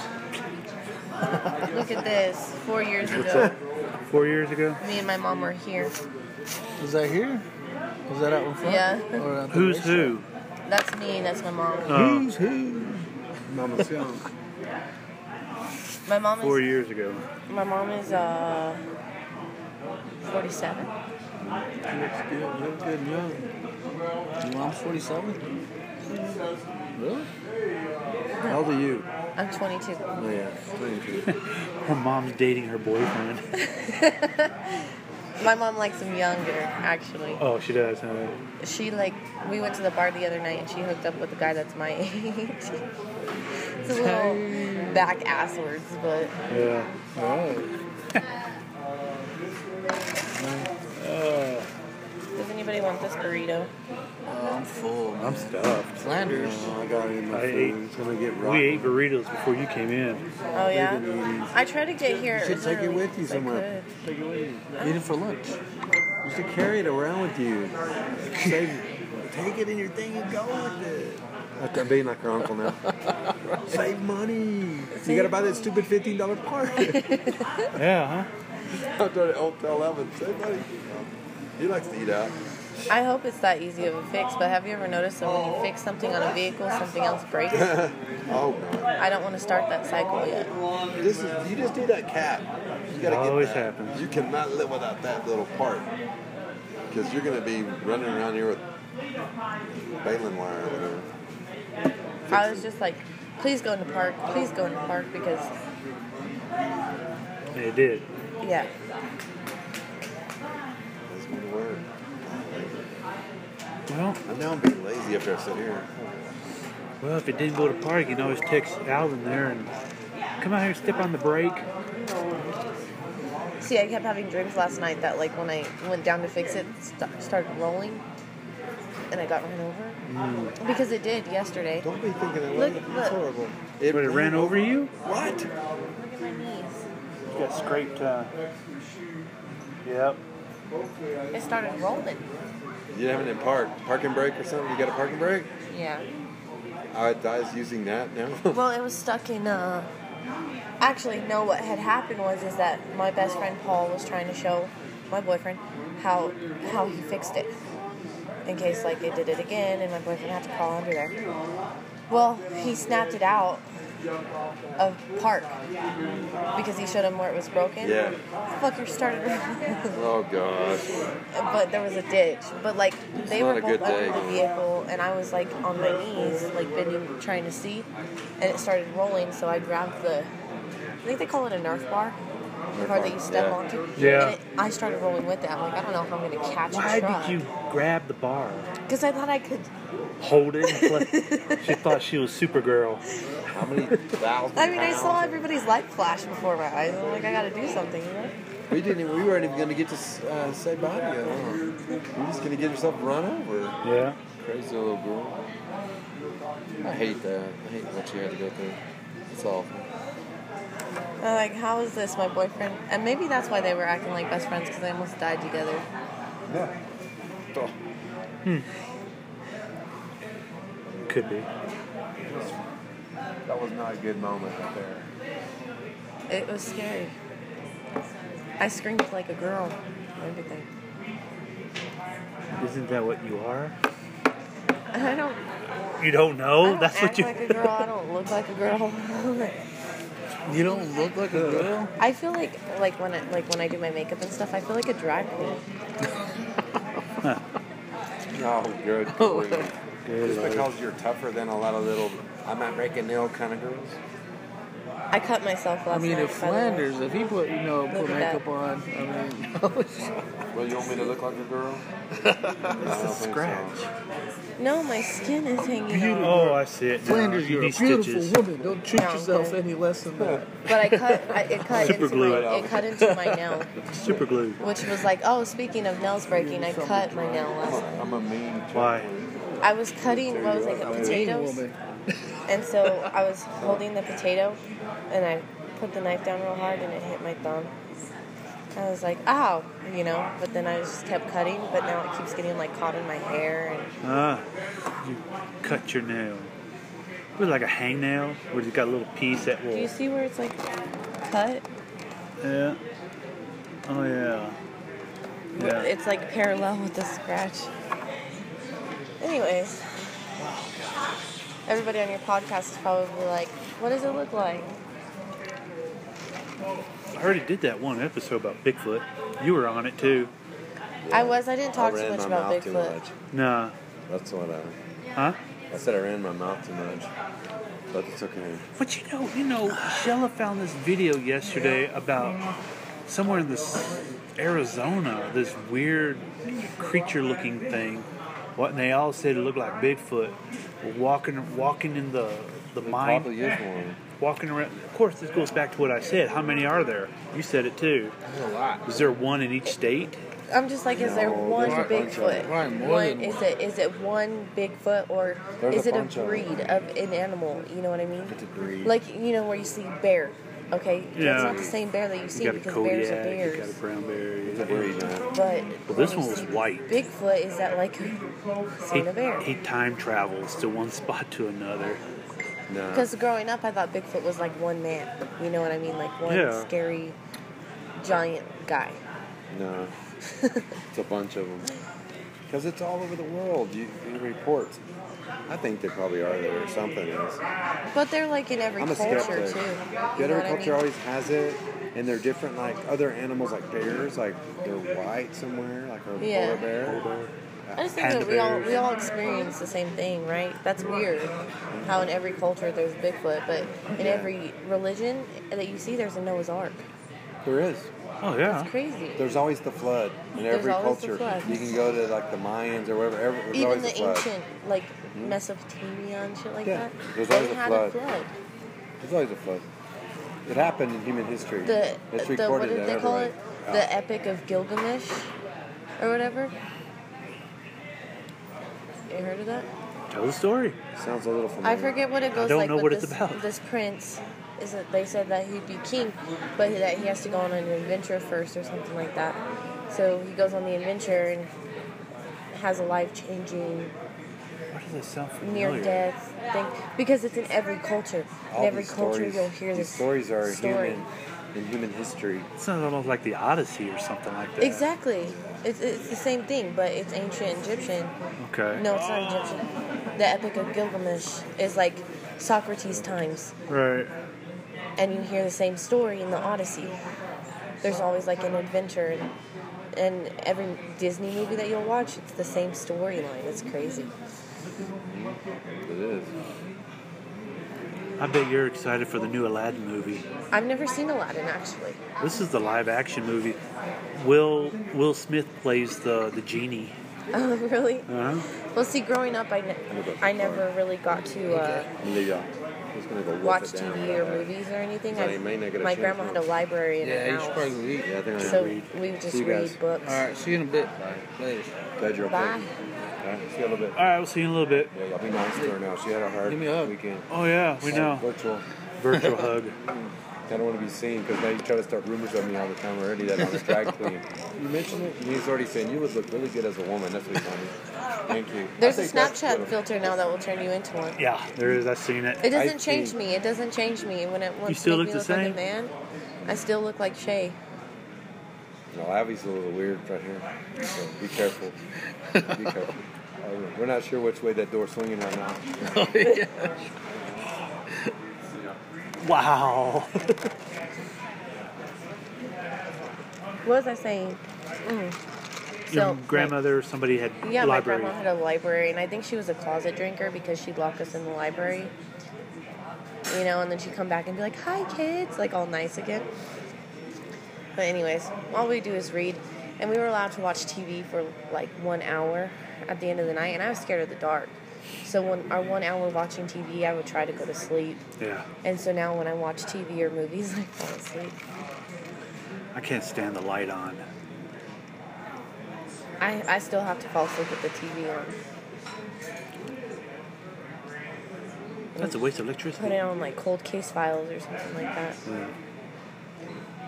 look at this. Four years ago,
Four years ago,
me and my mom were here.
Was that here? Was that out in front?
Yeah.
Or at the
[LAUGHS] who's
racetrack?
who?
That's me. That's my mom.
Uh,
Who's who?
mama's young
My mom is
four years ago.
My mom is uh 47.
You look good. You look good and young. Your mom's 47? Really?
how old are you
I'm 22.
oh yeah 22
Her mom's dating her boyfriend. [LAUGHS]
My mom likes him younger, actually.
Oh, she does. Huh?
She like we went to the bar the other night and she hooked up with a guy that's my [LAUGHS] age. it's a little back asswards, but
Yeah.
does anybody want this burrito?
Oh, I'm full.
I'm stuffed.
Flanders.
Oh, I got it in my
I
food.
ate-
It's gonna get rotten.
We ate burritos before you came in.
Oh yeah. I tried to get here.
You should
as
take it
early
with you
as I
somewhere.
could.
Take it with you.
Eat it for lunch.
You should carry it around with you. Save it. Take it in your thing and go with it. Like I'm being like your uncle now. Save money. You gotta buy that stupid fifteen dollar
[LAUGHS]
part.
Yeah, huh?
I'm trying to hotel Alvin. Say, buddy. He likes to eat out.
I hope it's that easy of a fix, but have you ever noticed that when you fix something on a vehicle, something else
[LAUGHS]
breaks?
Oh God.
I don't want to start that cycle yet.
This is you just need that cap. You gotta
Always
get that.
happens.
You cannot live without that little part. Because you're gonna be running around here with baling wire or whatever.
I was just like, please go in the park, please go in the park because,
And it did.
yeah,
That's my word.
Well,
I'm now being lazy after I sit here.
well, if it didn't go to park, you can always text Alvin there and come out here, step on the brake.
See, I kept having dreams last night that, like, when I went down to fix it, st- started rolling, and I got run over. Because it did yesterday.
Don't be thinking that
Look,
way. It's
look.
horrible.
But it ran over you.
What?
Look at my knees.
You got scraped. Uh, yep.
It started rolling.
You have it in park, parking brake or something. You got a parking brake?
Yeah.
I, I was using that now. [LAUGHS]
Well, it was stuck in, uh. Actually, no, what had happened was is that my best friend Paul was trying to show my boyfriend how how he fixed it. In case, like, it did it again and my boyfriend had to crawl under there. Well, he snapped it out of park because he showed him where it was broken.
Yeah.
Fucker started [LAUGHS]
oh gosh.
but there was a ditch. But like they
not
were
a
both
good
under
day.
the vehicle, and I was like on my knees, like bending, trying to see, and it started rolling. So I grabbed the, I think they call it a Nerf bar, the part that you step
yeah.
onto.
Yeah.
And it, I started rolling with it. I'm like, I don't know if I'm gonna catch
Why
a truck.
did you grab the bar?
Because I thought I could.
Hold it.
[LAUGHS]
And flip. she thought she was Supergirl.
How many thousands?
I mean, I saw everybody's light flash before my eyes. I'm like, I gotta do something. You know?
We didn't. We weren't even going to get to uh, say bye to you. huh? You're just going to get yourself run over.
Yeah.
Crazy little girl. I hate that. I hate what you had to go through. It's awful.
I'm like, how is this my boyfriend? And maybe that's why they were acting like best friends because they almost died together.
Could be.
That was not a good moment right there.
It was scary. I screamed like a girl. and Everything. [LAUGHS]
Isn't that what you are?
I don't.
You don't know.
I don't
Oh, That's
act
what you.
like
[LAUGHS]
a girl. I don't look like a girl. [LAUGHS]
You don't look like a
Uh,
girl.
I feel like like when I like when I do my makeup and stuff, I feel like a drag queen.
Oh, good.
[LAUGHS]
grief. Just because you're tougher than a lot of little, I'm not breaking nail kind of girls.
I cut myself
I
last
mean,
night.
if
by the way.
Flanders, if he put you know put
Look at that.
makeup on, I mean,
[LAUGHS] Well, you want me to look like a girl?
it's a scratch.
No, my skin is hanging out.
Oh, I see it. now.
Flanders,
you
you're a
need
beautiful
stitches.
woman. Don't treat
No, I'm
yourself
good.
any less than that.
But I cut. I, it cut
Super
into
glue.
my. It cut into my nail,
Super glue.
which was like, oh, speaking of nails breaking, I cut my nail last night.
I'm a mean. chick.
Why?
I was cutting. What was I cutting? Potatoes.
Woman.
And so I was holding the potato, and I put the knife down real hard, and it hit my thumb. I was like, ow, you know. But then I just kept cutting, but now it keeps getting like caught in my hair, and
Ah, you cut your nail. It was like a hangnail where you got a little piece that
do you
will.
see where it's like cut?
Yeah. Oh yeah. Yeah.
It's like parallel with the scratch. Anyways, everybody on your podcast is probably like, what does it look like?
I already did that one episode about Bigfoot. You were on it too.
I was. I didn't
I
talk too
ran
much
my
about
mouth too
Bigfoot.
much.
Nah.
That's what I.
Huh?
I said I ran my mouth too much, but it's okay.
But you know, you know, Shella found this video yesterday about somewhere in this Arizona, this weird creature-looking thing. What and they all said it looked like Bigfoot, walking walking in the the mine,
Probably is one.
walking around. Of course, this goes back to what I said. How many are there? You said it too.
There's a lot.
Is there one in each state?
I'm just like, is there
No,
one
there's a bunch of
Bigfoot?
them.
Probably more
One
than
is it is it one Bigfoot or
There's
is
a
it a
bunch of
breed of an animal? You know what I mean?
It's a breed.
Like you know where you see bear. Okay,
Yeah.
it's not the same bear that you see
You got a
because bears are
Kodiak, you got a
bears.
brown bear. you
It's a
got-
breed, man.
But
Well, this one was white.
Bigfoot is that like seeing a bear?
He, he time travels to one [LAUGHS] spot to another.
No.
Because growing up, I thought Bigfoot was like one man. You know what I mean? Like one
Yeah.
scary giant guy. [LAUGHS]
No. It's a bunch of them. Because it's all over the world. You, you report.
I think they probably are there or something else.
But they're like in every
I'm a
culture
skeptic.
too.
Yet
You
every
know what I
culture
mean?
always has it, and they're different. Like other animals, like bears, like they're white somewhere, like a
Yeah.
polar bear.
I just think
Panda
that we all
bears.
we all experience the same thing, right? That's weird. How in every culture there's Bigfoot, but in every religion that you see, there's a Noah's Ark.
There is.
Oh yeah.
It's crazy.
There's always the flood in
There's
every
always the
culture.
flood.
You can go to like the Mayans or wherever. Ever, there's
Even
always
the
a flood. Mm-hmm.
ancient, like Mesopotamia and shit like
Yeah,
that,
there's
they
always a
had
flood.
a flood.
There's always a flood. It happened in human history.
The
it's
the what
recorded
did
in
they
every
call
way.
it? The Epic of Gilgamesh, or whatever. You heard of that?
Tell the story.
Sounds a little
I
familiar.
forget what it goes
don't
like.
know
but
what
this,
it's about.
This prince is that they said that he'd be king, but that he has to go on an adventure first or something like that. So he goes on the adventure and has a life changing
Why does that sound familiar?
near death thing because it's in every culture.
All
in every
these
culture,
stories,
you'll hear
these
this
stories are
story.
human in human history.
It sounds almost like the Odyssey or something like that.
Exactly. It's, it's the same thing, but it's ancient Egyptian.
Okay.
No, it's not Egyptian. The Epic of Gilgamesh is like Socrates times.
Right.
and you hear the same story in the Odyssey. There's always like an adventure, and, and every Disney movie that you'll watch, it's the same storyline. It's crazy.
It is.
I bet you're excited for the new Aladdin movie.
I've never seen Aladdin actually. [LAUGHS]
This is the live action movie. Will Will Smith plays the the genie.
Oh, really?
Uh-huh.
Well, see, growing up, I, ne- I never really got to uh,
And they, uh, it's gonna go wolf
watch
it down.
TV or movies or anything.
So you may not
I,
get a
my
chance
grandma
to-
had a library in
[LAUGHS] Yeah,
her
you should
house,
probably eat.
Yeah, I think I'm
so
gonna read.
we would just
See you guys.
read books.
All right, see you in a bit. Later.
Glad you're okay.
Bye.
All right, see you in a little bit.
All right, we'll see you in a little bit.
Yeah, y'all be nice to her now. She had a hard
Give me a hug.
weekend.
Oh yeah, we know.
Virtual.
Virtual hug.
I don't want to be seen because now you try to start rumors of me all the time already that I'm a drag queen. You mentioned it. and He's already saying you would look really good as a woman. That's what he told me. Thank you.
There's
I
a
think that's
Snapchat
good.
filter now that will turn you into one.
[LAUGHS] Yeah, there is. I've seen
It
it.
doesn't
I
change
think-
me. It doesn't change me. When it wants
still
to make me
look the
look like a
same.
man, I still look like Shay.
No, Abby's a little weird right here. So be careful. Be careful. Uh, we're not sure which way that door's swinging right now.
Wow.
What was I saying? Mm.
Your
So
grandmother or somebody had
my- yeah,
library.
my grandma had a library, and I think she was a closet drinker because she'd lock us in the library. You know, and then she'd come back and be like, "Hi, kids!" Like all nice again. But anyways, all we do is read, and we were allowed to watch TV for like one hour at the end of the night, and I was scared of the dark. So when our one hour watching TV, I would try to go to sleep.
yeah.
And so now when I watch TV or movies, [LAUGHS] I fall asleep.
I can't stand the light on.
I, I still have to fall asleep with the TV on.
That's a waste of
Put
electricity.
it on like cold case files or something like that.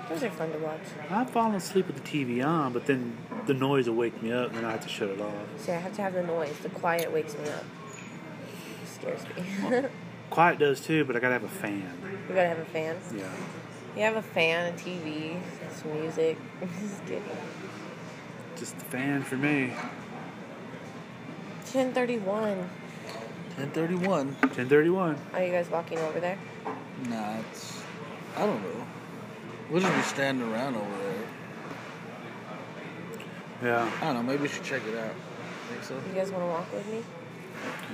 Those are fun to watch.
I've fallen asleep with the TV on, but then the noise will wake me up, and then I have to shut it off.
See, I have to have the noise. The quiet wakes me up. It scares me. [LAUGHS] you
Quiet does too, but I gotta have a fan.
gotta have a fan.
Yeah.
You have a fan, a TV, some music. [LAUGHS] Just kidding.
Just the fan for me.
1031.
1031.
1031.
Are you guys walking over there?
Nah, it's. I don't know. We'll just be standing around over there.
Yeah.
I don't know. Maybe we should check it out. Think so?
You guys wanna walk with me?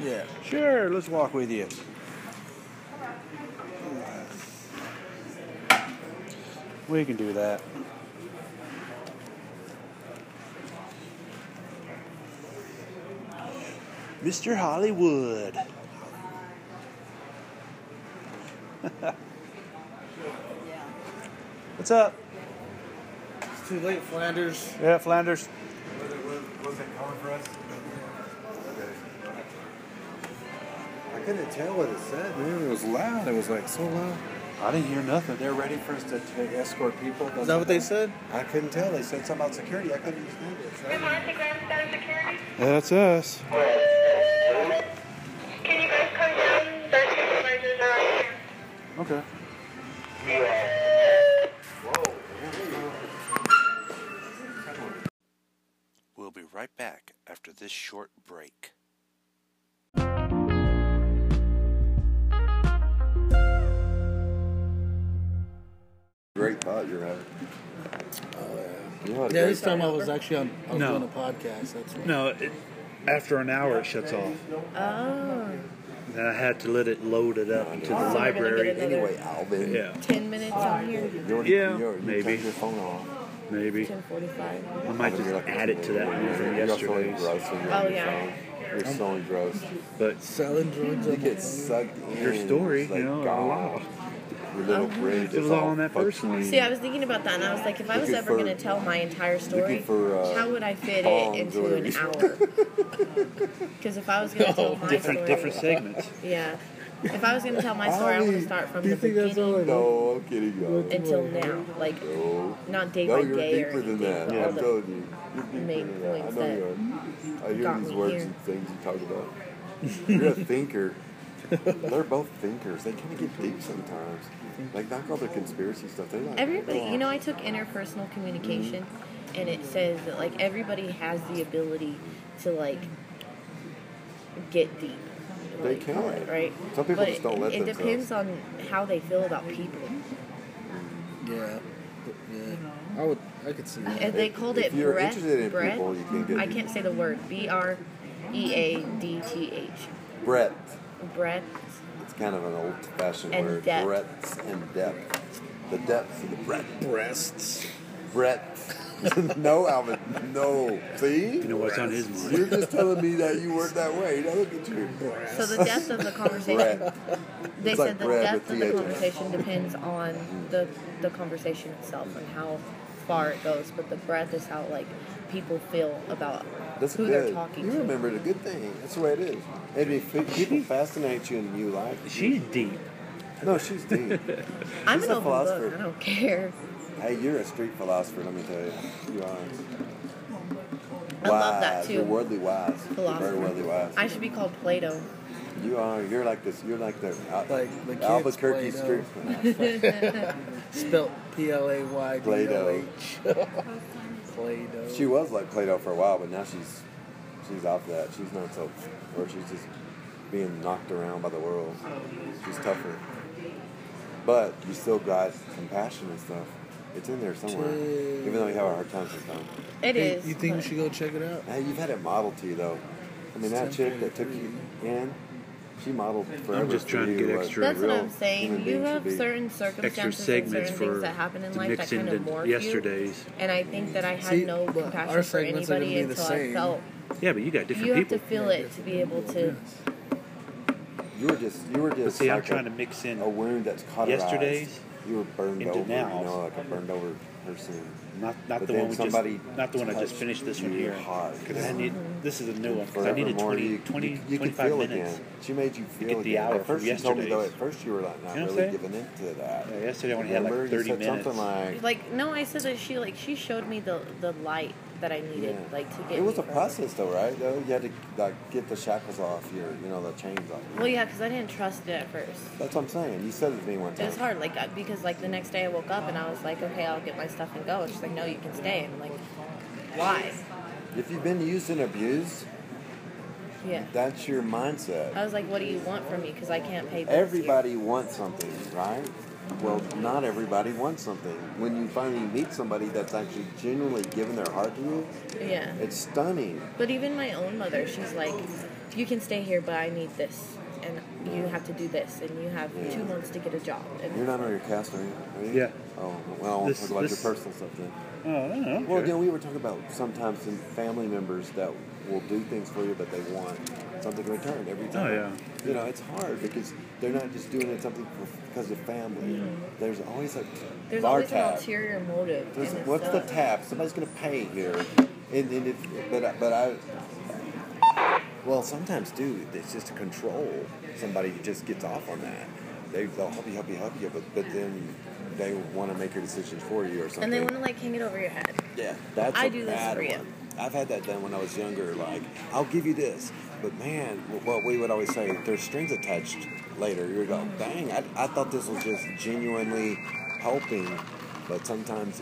Yeah.
Sure, let's walk with you.
We can do that. Mr. Hollywood. What's up?
It's too late, Flanders.
Yeah, Flanders.
I couldn't tell what it said, man. It was loud. It was like so loud.
I didn't hear nothing.
They're ready for us to to escort people.
Is that what they said?
I couldn't tell. They said something about security. I couldn't understand it.
Good morning, Grandstand Security.
That's us.
Can you guys come down? Their supervisors are right here.
Okay.
We'll be right back after this short break.
Great thought you're having.
Oh, yeah.
Yeah, this time I was actually on. I was
No.
doing a podcast. That's why.
No, it, after an hour it shuts off.
Oh.
And I had to let it load it up to the
Oh, we're gonna get
library.
another- Anyway,
Alvin. Yeah.
10 minutes on here.
yeah, maybe. Maybe.
1045.
I might just add it to that one from yesterday.
Oh, yeah.
You're so engrossed.
But
selling drugs,
you get sucked in.
Your story,
It's like,
you know, a
God,
lot.
Your little
Uh-huh.
brain
It was
is
all on that
fucked.
person.
See, I was thinking about that, and I was like, if I was
Looking
ever
for-
going to tell my entire story,
looking for, uh,
how would I fit it
bombs
into
or-
an hour?
[LAUGHS]
Because if I was going to
[LAUGHS]
tell my
Oh, different
story,
different segments.
yeah, if I was going to tell my story, I want to start from the beginning
No, I'm kidding you.
until now, like
No.
not day
no,
by
you're
day or
deeper than
anything.
that.
all
I'm
the-
telling you. You're deeper
main
than that. I
points
know
that
you are. I hear
got
these
me
words
here.
and things you talk
[LAUGHS]
about. You're a thinker. They're both thinkers. They kind of get deep sometimes. Like, knock all the conspiracy stuff. They like.
Everybody, you know, I took interpersonal communication, and it says that like everybody has the ability to like get deep. what
They
do you call
can.
it, right?
Some people
But
just don't let
it, It depends on how they feel about people.
Yeah. Yeah. I would. I could see that.
And they called
if
it
you're
breath.
interested in
breath.
people, you can get
I can't say the word. B R E A D T H.
breadth.
Breath.
It's kind of an old-fashioned
And
word.
depth.
Breadths and depth. The depths of the breadth.
breasts.
Breadth. [LAUGHS] no, Alvin. No. See?
You know what's on his mind.
You're just telling me that you weren't that way. Now look at you.
So the depth of the conversation. [LAUGHS]
Breadth.
They
It's
said
like
the
bread
depth
with
of the
TH.
conversation depends on the the conversation itself and how far it goes, but the breadth is how like people feel about
That's
who
good.
they're talking
you
to.
remember the good thing. That's the way it is. And if it- people fascinate you and you like.
She's deep.
No, she's deep.
I'm
She's
an
a
open book.
philosopher.
I don't care.
hey, you're a street philosopher. Let me tell you, you are.
I love that
Wise.
too.
You're worldly wise.
Philosopher.
Very worldly wise.
I should be called Plato.
You are. You're like this. You're like the Al-
Like the kids
Albuquerque
Play-Doh. [LAUGHS]
street. philosopher.
Spelt P L A Y D O
Play-Doh.
H. Play-Doh.
She was like Plato for a while, but now she's she's off that. She's not so, or she's just being knocked around by the world. She's tougher, but you still got compassion and stuff. It's in there somewhere, even though you have a hard time sometimes.
It
Hey,
is.
You think we
but-
should go check it out?
Hey, you've had it modeled to you though. I mean, that chick that took you in, she modeled forever.
just
for
trying to
you
get
what
extra-
a
That's what
real
I'm saying.
human
You
being should
have
be.
certain
Extra
circumstances and
segments
certain
for
things that happen in
to
life that
mix
kind of
into
morph
yesterday's.
you. And I think that I had
See,
no
but
compassion
our
for
segments are gonna
anybody
be the
until I
same.
felt.
Yeah, but you got different
You have
people.
to feel it to be able to.
You were just, you were just.
But see, I'm
like a-
trying to mix in.
a wound that's cauterized.
Yesterday's
you were burned
into
over,
now's.
you know, like a burned over person.
Not,
But
not the
then
one we just,
somebody
not the one I just
touched
finished this one
you
here.
hard.
Because I need this is a new one. Because I
Forever
needed
more,
20,
you,
20
you, you could
25
feel
minutes.
again. She made you feel
get the
again.
hour
at first,
from
she told me though. At
yesterday's.
first, you were like not
You know what I'm
really
saying?
giving into that.
Yeah, yesterday I only had like
Remember? You
30
said
minutes.
Something like,
Like no, I said that she like she showed me the the light that I needed
Yeah.
like to get.
it was
me
a
further.
process though, right? Though you had to like get the shackles off your, you know, the chains off.
Well, yeah, because I didn't trust it at first.
That's what I'm saying. You said it to me one
It
time.
was hard, like I- because like the next day I woke up and I was like, okay, I'll get my stuff and go. And she's like, no, you can stay. And I'm like, why?
If you've been used and abused,
Yeah.
that's your mindset.
I was like, what do you want from me? Because I can't pay. bills here.
Everybody wants something, right? Well, not everybody wants something. When you finally meet somebody that's actually genuinely giving their heart to you,
Yeah.
it's stunning.
But even my own mother, she's like, you can stay here, but I need this, and you have to do this, and you have
Yeah.
two months to get a job. And
You're not on your cast, are you? Are you?
Yeah.
Oh, well, I want
This-
to talk about
this-
your personal stuff then.
Oh, I don't know.
Well, again, we were talking about sometimes some family members that will do things for you, but they want something in return every time.
Oh, yeah.
You know, it's hard because they're not just doing it something for, because of family. There's always a
Mm-hmm. there's
bar
always an
tab.
ulterior motive.
There's-
and it
what's the
sucks.
tab? Somebody's gonna pay here, and, and if, but I- but I. Well, sometimes too, it's just control. Somebody just gets off on that. They, they'll help you, help you, help you, but but then they want to make your decisions for you or something.
And they want to like hang it over your head.
Yeah, that's
I
a
do this
bad
for you.
one. I've had that done when I was younger. Like, I'll give you this, but man, wh- what we would always say, there's strings attached later. You would go, dang, I, I thought this was just genuinely helping, but sometimes,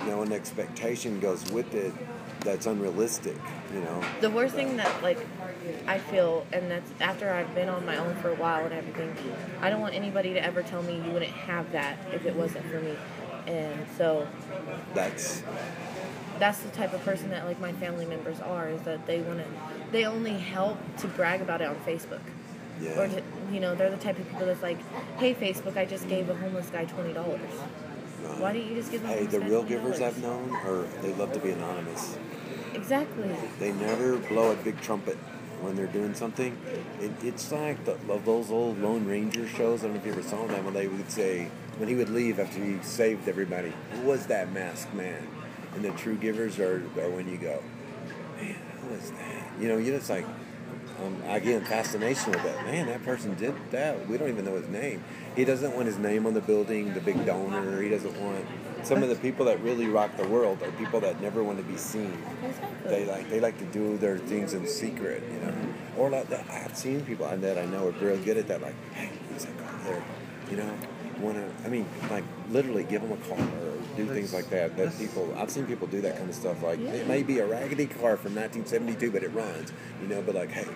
you know, an expectation goes with it that's unrealistic. You know,
The worst thing that like I feel, and that's after I've been on my own for a while and everything. I don't want anybody to ever tell me you wouldn't have that if it wasn't for me. And so
that's
that's the type of person that like my family members are is that they want to they only help to brag about it on facebook
Yeah.
or to, you know they're the type of people that's like hey facebook i just gave a homeless guy $20 why didn't you just give him
Hey,
homeless
the
guy
real
$20?
givers I've known are they love to be anonymous.
exactly
They never blow a big trumpet when they're doing something. It, it's like the, of those old Lone Ranger shows. I don't know if you ever saw them when they would say when he would leave after he saved everybody, who was that masked man? And the true givers are, are when you go, man, who was that? You know, you just like. Um, I get fascination with that. Man, that person did that. We don't even know his name. He doesn't want his name on the building, the big donor. He doesn't want some of the people that really rock the world are people that never want to be seen. They like they like to do their things in secret, you know. Or like that, I've seen people on that I know are real good at that. Like, hey, who's that guy there? You know, want to? I mean, like literally give them a car or do things like that. That people I've seen people do that kind of stuff. Like it may be a raggedy car from 1972, but it runs. You know, but like, hey,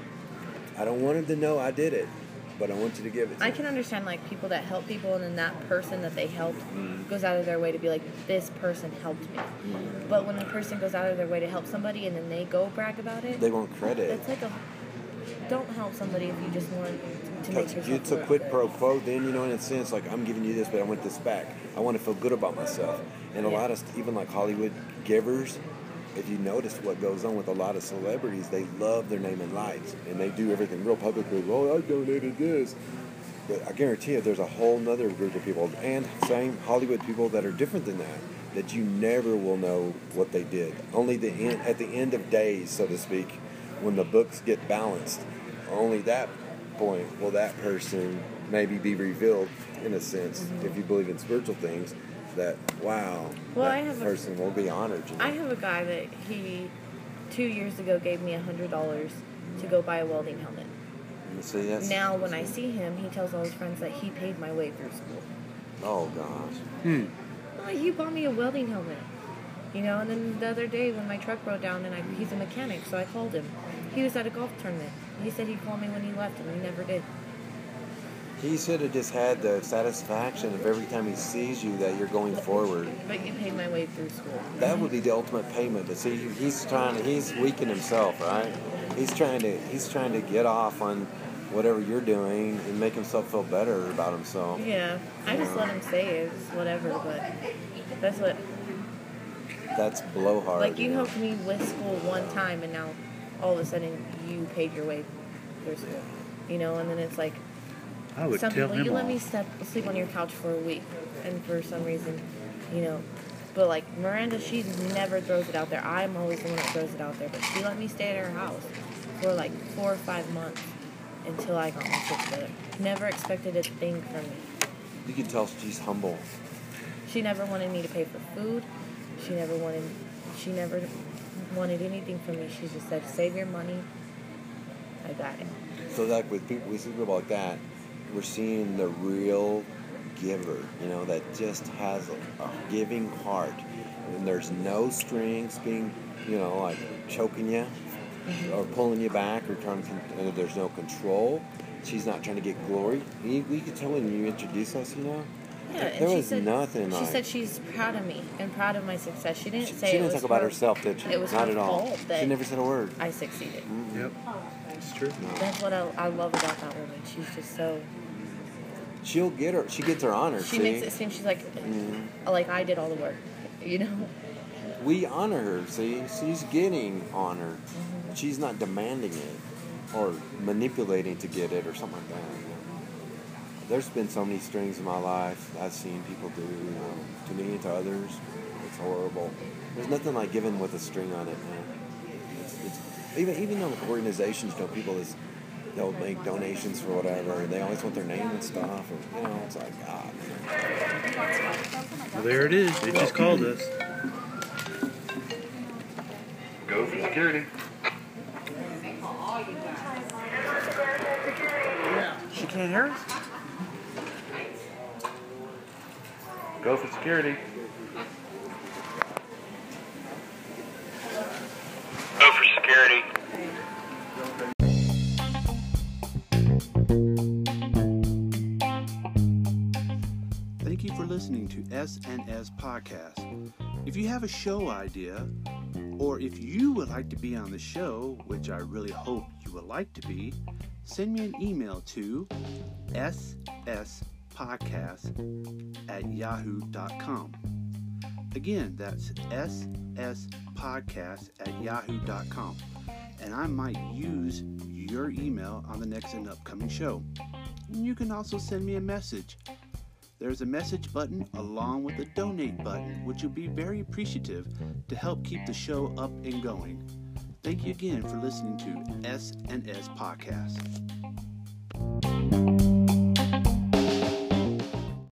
I don't want him to know I did it, but I want you to give it. to
I
him.
can understand like people that help people, and then that person that they helped
Mm.
goes out of their way to be like, "This person helped me." But when a person goes out of their way to help somebody, and then they go brag about it,
They want credit.
It's like a don't help somebody if you just want to make
Because
yourself.
it's a
look
quid
good.
pro quo. Then you know, in a sense, like I'm giving you this, but I want this back. I want to feel good about myself. And a lot of st- even like Hollywood givers, if you notice what goes on with a lot of celebrities, they love their name and lights, and they do everything real publicly. Oh, I donated this. But I guarantee you, there's a whole nother group of people, and same Hollywood people that are different than that, that you never will know what they did. Only the end, at the end of days, so to speak, when the books get balanced, only that point will that person maybe be revealed, in a sense, if you believe in spiritual things, that wow,
Mm-hmm. Well,
that
I have a-
person will be honored. You know?
I have a guy that he two years ago gave me a hundred dollars to go buy a welding helmet.
See, that's-
now, when I see him, he tells all his friends that he paid my way through school.
oh gosh,
Oh, he bought me a welding helmet. You know, and then the other day when my truck broke down, and I, he's a mechanic, so I called him. He was at a golf tournament. He said he called me when he left, and he never did.
he should have just had the satisfaction of every time he sees you that you're going forward.
But you paid my way through school.
That would be the ultimate payment. But see, he's trying to, he's weakening himself, right? He's trying to, he's trying to get off on whatever you're doing and make himself feel better about himself.
Yeah, I just let him say it, it's whatever, but that's what.
That's blowhard.
Like, you
know?
helped me with school one time, and now all of a sudden you paid your way through school. You know, and then it's like,
I would
some
tell
people,
him
you let
off.
me step, sleep on your couch for a week, and for some reason, you know. But like Miranda, she never throws it out there. I'm always the one that throws it out there. But she let me stay at her house for like four or five months until I got my shit together. Never expected a thing from me.
You can tell she's humble.
She never wanted me to pay for food. She never wanted. She never wanted anything from me. She just said, "Save your money. I got it."
So like with people, we see people like that, we're seeing the real giver, you know, that just has a, a giving heart, and there's no strings being, you know, like choking you
Mm-hmm.
or pulling you back or trying to. con- And there's no control. She's not trying to get glory. You, we could tell when you introduce us, you know.
Yeah,
there
and
there
she
was
said,
nothing.
She
like,
said she's proud of me and proud of my success. She didn't
she,
say
she
it
didn't
was
talk about
her-
herself, did she?
It was
not
her
at all.
fault that
She never said Mm. a word.
I succeeded.
Yep. It's true.
That's what I, I love about that woman. She's just so.
She'll get her. She gets her honor.
She
see? Mm-hmm.
makes it seem she's like, like I did all the work, you know.
we honor her. See, she's getting honor. She's not demanding it or manipulating to get it or something like that. you know. There's been so many strings in my life I've seen people do, you know, to me and to others. It's horrible. There's nothing like giving with a string on it, man. It's, it's, even even though organizations know people is they'll make donations for whatever, and they always want their name and stuff, or you know, it's like ah. man.
Well, there it is. They just called us.
Go for security.
She can't hear us.
Go for security. Go for security.
Thank you for listening.
listening to SNS Podcast. If you have a show idea, or if you would like to be on the show, which I really hope you would like to be, send me an email to sspodcast at yahoo.com. Again, that's sspodcast at yahoo.com. And I might use your email on the next and upcoming show. And you can also send me a message. There's a message button along with a donate button, which would be very appreciative to help keep the show up and going. Thank you again for listening to SNS Podcast.